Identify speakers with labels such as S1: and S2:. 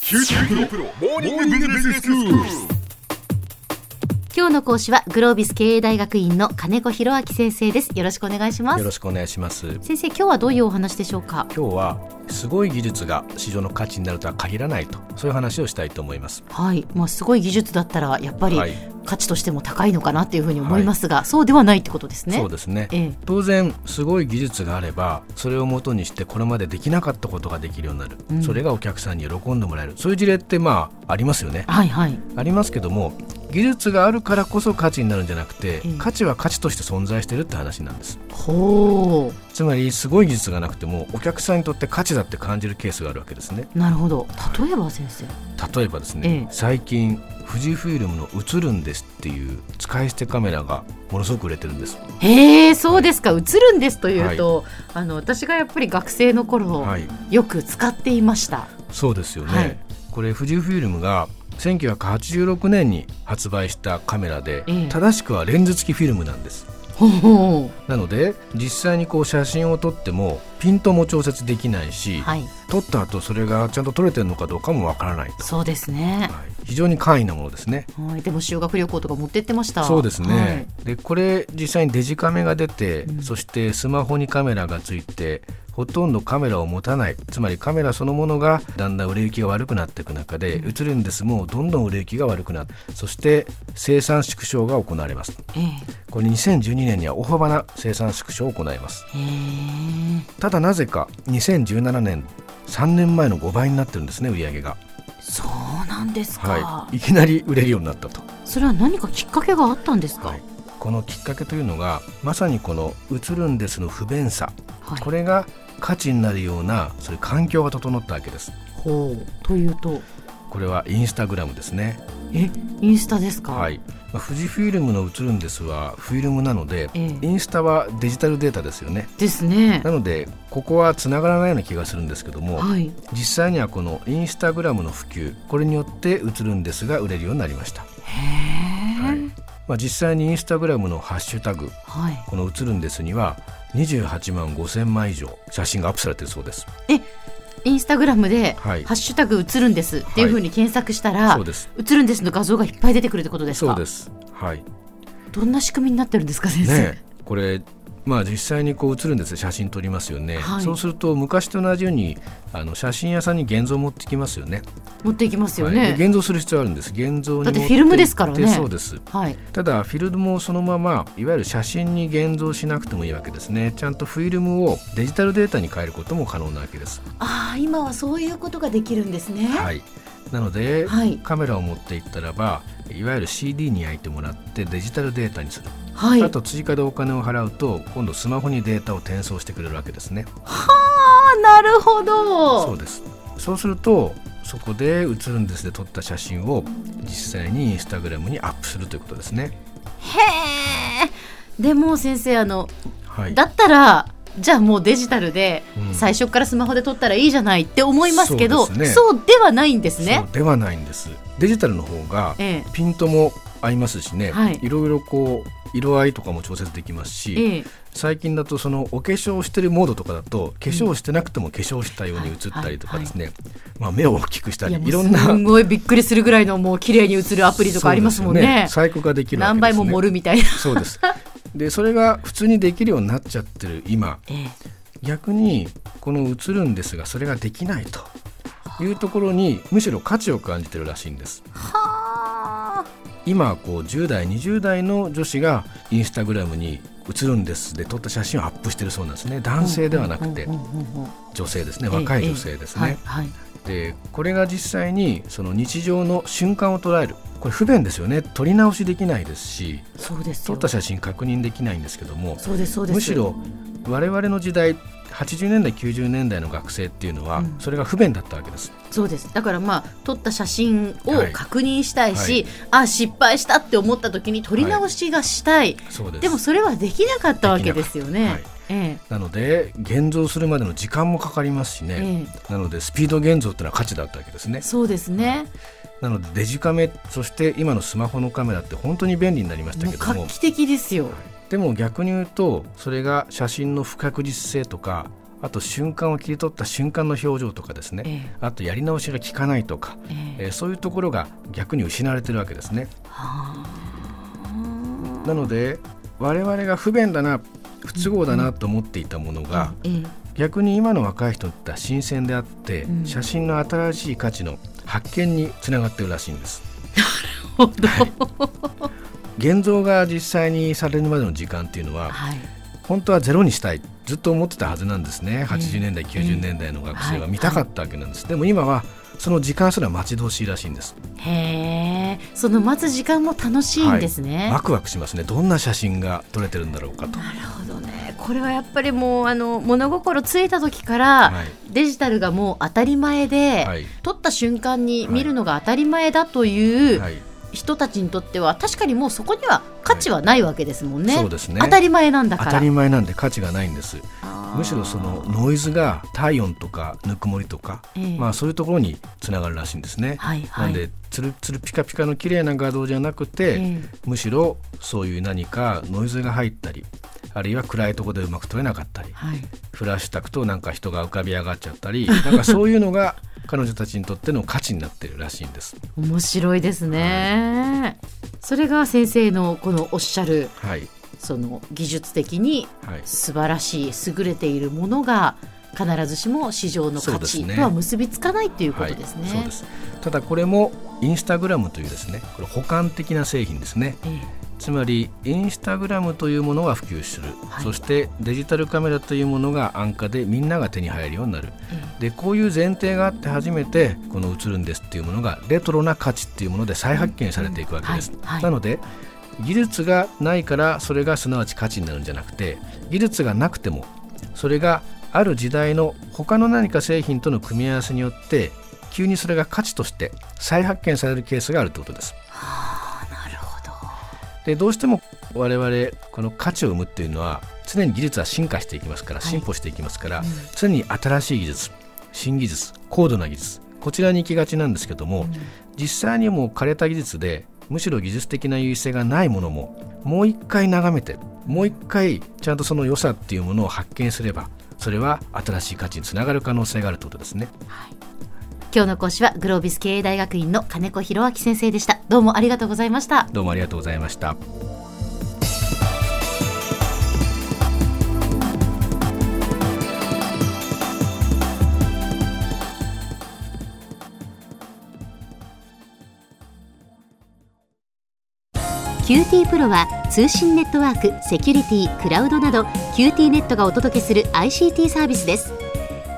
S1: 九州大プロモーニングビジネススクール。
S2: 今日の講師はグロービス経営大学院の金子弘明先生ですよろしくお願いしま
S3: よ
S2: す
S3: ろしくお願いします。
S2: 先生今日はどういうお話でしょうか
S3: 今日はすごい技術が市場の価値になるとは限らないとそういう話をしたいと思います。
S2: はいまあすごい技術だったらやっぱり
S3: はい
S2: 価値としても高いのかなっていうふうに思いますが、そうではないってことですね
S3: そうですね、
S2: ええ
S3: 当然すごい技術があればそれをもとにしてこれまでできなかったことができるようになる、
S2: ん
S3: それがお客さんに喜んでもらえるそういう事例ってまあありますよね。
S2: はいはい
S3: ありますけども技術があるからこそ価値になるんじゃなくて、
S2: ええ
S3: 価値は価値として存在してるって話なんです
S2: ほ
S3: つまりすごい技術がなくてもお客さんにとって価値だって感じるケースがあるわけですね
S2: うなるほど例えば先生
S3: 例えばですね、
S2: ええ
S3: 最近富士フィルムの「映るんです」っていう使い捨てカメラがものすごく売れてるんです、
S2: へえそうですか映るんですというと、あの私がやっぱり学生の頃、
S3: はい
S2: よく使っていました
S3: そうですよね、
S2: はい
S3: これ富士フィルムが1986年に発売したカメラで、
S2: ええ
S3: 正しくはレンズ付きフィルムなんです
S2: ほうほ
S3: なので実際にこう写真を撮ってもピントも調節できないうし、
S2: はい
S3: 撮った後それがちゃんと撮れてるのかどうかもわからないと、
S2: そうですね、
S3: はい非常に簡易なものですね
S2: はい、でも修学旅行とか持ってってました
S3: そうですね、
S2: はい
S3: でこれ実際にデジカメが出て、
S2: うん
S3: そしてスマホにカメラがついてほとんどカメラを持たないつまりカメラそのものがだんだん売れ行きが悪くなっていく中で、映るんですもうどんどん売れ行きが悪くなってそして生産縮小が行われます
S2: え
S3: これ2012年には大幅な生産縮小を行います
S2: えへえ
S3: ただなぜか2017年3年前の5倍になってるんですね売り上げが、
S2: そうなんですか、
S3: はい、いきなり売れるようになったと
S2: それは何かきっかけがあったんですか、
S3: はいこのきっかけというのがまさにこの「映るんです」の不便さ、
S2: はい
S3: これが価値になるようなそういう環境が整ったわけです
S2: ほうというと
S3: これはインスタグラムですね
S2: えインスタですか、
S3: はい、まあ、富士フィルムの「映るんです」はフィルムなので、
S2: ええ
S3: インスタはデジタルデータですよね
S2: ですね
S3: なのでここはつながらないような気がするんですけども、
S2: はい
S3: 実際にはこのインスタグラムの普及これによって「映るんです」が売れるようになりました、
S2: へえ
S3: はいまあ、実際にインスタグラムのハッシュタグ
S2: はい、
S3: この「映るんです」には28万5千枚以上写真がアップされているそうです
S2: インスタグラムで「ハ
S3: はい
S2: ッシュタグ映るんです」っていうふうに検索したら、
S3: そうです
S2: 映るんですの画像がいっぱい出てくるってことです
S3: そ
S2: か
S3: うですはい
S2: どんな仕組みになってるんですか先生、
S3: ねえこれまあ実際にこう映るんです写真撮りますよね、
S2: はい
S3: そうすると昔と同じようにあの写真屋さんに現像を持ってきますよね
S2: 持っていきますよね、
S3: はいで現像する必要あるんです現像に持って
S2: だってフィルムですからね
S3: 行ってそうです
S2: はい、
S3: ただフィルムをそのままいわゆる写真に現像しなくてもいいわけですねちゃんとフィルムをデジタルデータに変えることも可能なわけです
S2: ああ今はそういうことができるんですね、
S3: はい、なので、
S2: はい
S3: カメラを持っていったらばいわゆる CD に焼いてもらってデジタルデータにする、
S2: はい
S3: あと追加でお金を払うと今度スマホにデータを転送してくれるわけですね
S2: あなるほど
S3: そうですそうするとそこで写るんですで撮った写真を実際にインスタグラムにアップするということですね
S2: へえでも先生あの
S3: はい
S2: だったらじゃあもうデジタルで
S3: うん
S2: 最初からスマホで撮ったらいいじゃないって思いますけど、そ
S3: そ
S2: うう
S3: で
S2: です
S3: ね
S2: はないんですね
S3: そう。ではないんですデジタルの方が
S2: え
S3: ピントも合いますしね、
S2: はい
S3: い、ろいろこう色合いとかも調節できますし、
S2: えええ
S3: 最近だとそのお化粧してるモードとかだと化粧してなくても化粧したように映ったりとかですね、まあ、目を大きくした
S2: い
S3: り
S2: やもう
S3: いろんな
S2: すんごいびっくりするぐらいのもう綺麗に映るアプリとかありますもんね
S3: そうですよ細工ができるわ
S2: 何
S3: けです、ね、
S2: 倍も盛るみ たいな、
S3: そうですでそれが普通にできるようになっちゃってる今
S2: ええ
S3: 逆にこの映るんですがそれができないというところにむしろ価値を感じてるらしいんです
S2: はあ
S3: 今こう10代20代の女子がインスタグラムに映るんですで撮った写真をアップしてるそうなんですね男性ではなくて
S2: うんうんうんうん
S3: 女性ですね
S2: うん
S3: 若い女性です
S2: ええ
S3: ね、
S2: はい、はい
S3: でこれが実際にその日常の瞬間を捉えるこれ不便ですよね撮り直しできないですし
S2: そうです
S3: 撮
S2: よ
S3: った写真確認できないんですけども
S2: そうですそうです
S3: むしろ我々の時代80年代90年代の学生っていうのは、
S2: うん
S3: それが不便だったわけです
S2: そうですだからまあ撮った写真
S3: は
S2: を
S3: い
S2: 確認したいし、あ失敗したって思った時に撮り直しがしたい、
S3: そうです
S2: でもそれはできなかったわけですよね。
S3: できなか
S2: え
S3: なので現像するまでの時間もかかりますしね、なのでスピード現像っていうのは価値だったわけですね
S2: え、そうですね。
S3: なのでデジカメそして今のスマホのカメラって本当に便利になりました
S2: もう
S3: けども
S2: 画期的ですよ。
S3: でも逆に言うとそれが写真の不確実性とかあと瞬間を切り取った瞬間の表情とかですね、
S2: ええ
S3: あとやり直しが効かないとか、
S2: ええ
S3: えーそういうところが逆に失われてるわけですね。
S2: はあ
S3: なので我々が不便だな不都合だなと思っていたものが、
S2: ええ
S3: 逆に今の若い人にとっては新鮮であって、
S2: うん
S3: 写真の新しい価値の発見につながってるらしいんです。
S2: ほど
S3: 現像が実際にされるまでの時間っていうのは
S2: はい
S3: 本当はゼロにしたいずっと思ってたはずなんですね80年代、
S2: ええ
S3: 90年代の学生
S2: は
S3: はい見たかったわけなんです、でも今はその時間すら待ち遠しいらしいんです
S2: へえその待つ時間も楽しいんですね、
S3: ワクワクしますねどんな写真が撮れてるんだろうかと、
S2: なるほどねこれはやっぱりもうあの物心ついた時から、
S3: はい
S2: デジタルがもう当たり前で、
S3: はい
S2: 撮った瞬間に
S3: はい
S2: 見るのが当たり前だという
S3: はい、
S2: 人たちにとっては確かにもうそこには価値はないわけですもんね,、
S3: そうですね
S2: 当たり前なんだか
S3: 当
S2: ら
S3: たり前なんで価値がないんです
S2: あー
S3: むしろそのノイズが体温とかぬくもりとか、
S2: ええ
S3: まあ、そういうところにつながるらしいんですね、
S2: はいはい
S3: なんでつるつるピカピカの綺麗な画像じゃなくて、
S2: ええ
S3: むしろそういう何かノイズが入ったりあるいは暗いところでうまく撮れなかったり
S2: はい
S3: フラッシュ焚くとなんか人が浮かび上がっちゃったりなんかそういうのが彼女たちにとっての価値になってるらしいんです。
S2: 面白いですね、それが先生のこのおっしゃる
S3: はい、
S2: その技術的に
S3: はい
S2: 素晴らしい優れているものが必ずしも市場の
S3: そ
S2: 価
S3: うです
S2: 値
S3: ね
S2: とは結びつかないというこ
S3: は
S2: と
S3: い
S2: ですね。
S3: そうですただこれもインスタグラムというですねこれ補完的な製品ですね
S2: ええ
S3: つまりインスタグラムというものが普及する、
S2: はい
S3: そしてデジタルカメラというものが安価でみんなが手に入るようになる、でこういう前提があって初めてこの「映るんです」っていうものがレトロな価値っていうもので再発見されていくわけです、
S2: うんはいはい
S3: なので技術がないからそれがすなわち価値になるんじゃなくて技術がなくてもそれがある時代の他の何か製品との組み合わせによって急にそれが価値として再発見されるケースがあるということです
S2: ああなるほど。
S3: でどうしても我々この価値を生むっていうのは常に技術は進化していきますから
S2: はい
S3: 進歩していきますから、
S2: うん
S3: 常に新しい技術新技術高度な技術こちらに行きがちなんですけども、実際にもう枯れた技術でむしろ技術的な優位性がないものももう一回眺めてもう一回ちゃんとその良さっていうものを発見すればそれは新しい価値につながる可能性があるということですね。
S2: 今日の講師はグロービス経営大学院の金子弘明先生でした。どうもありがとうございました。
S3: どうもありがとうございました。
S2: QT プロは通信ネットワーク、セキュリティ、クラウドなど QT ネットがお届けする ICT サービスです。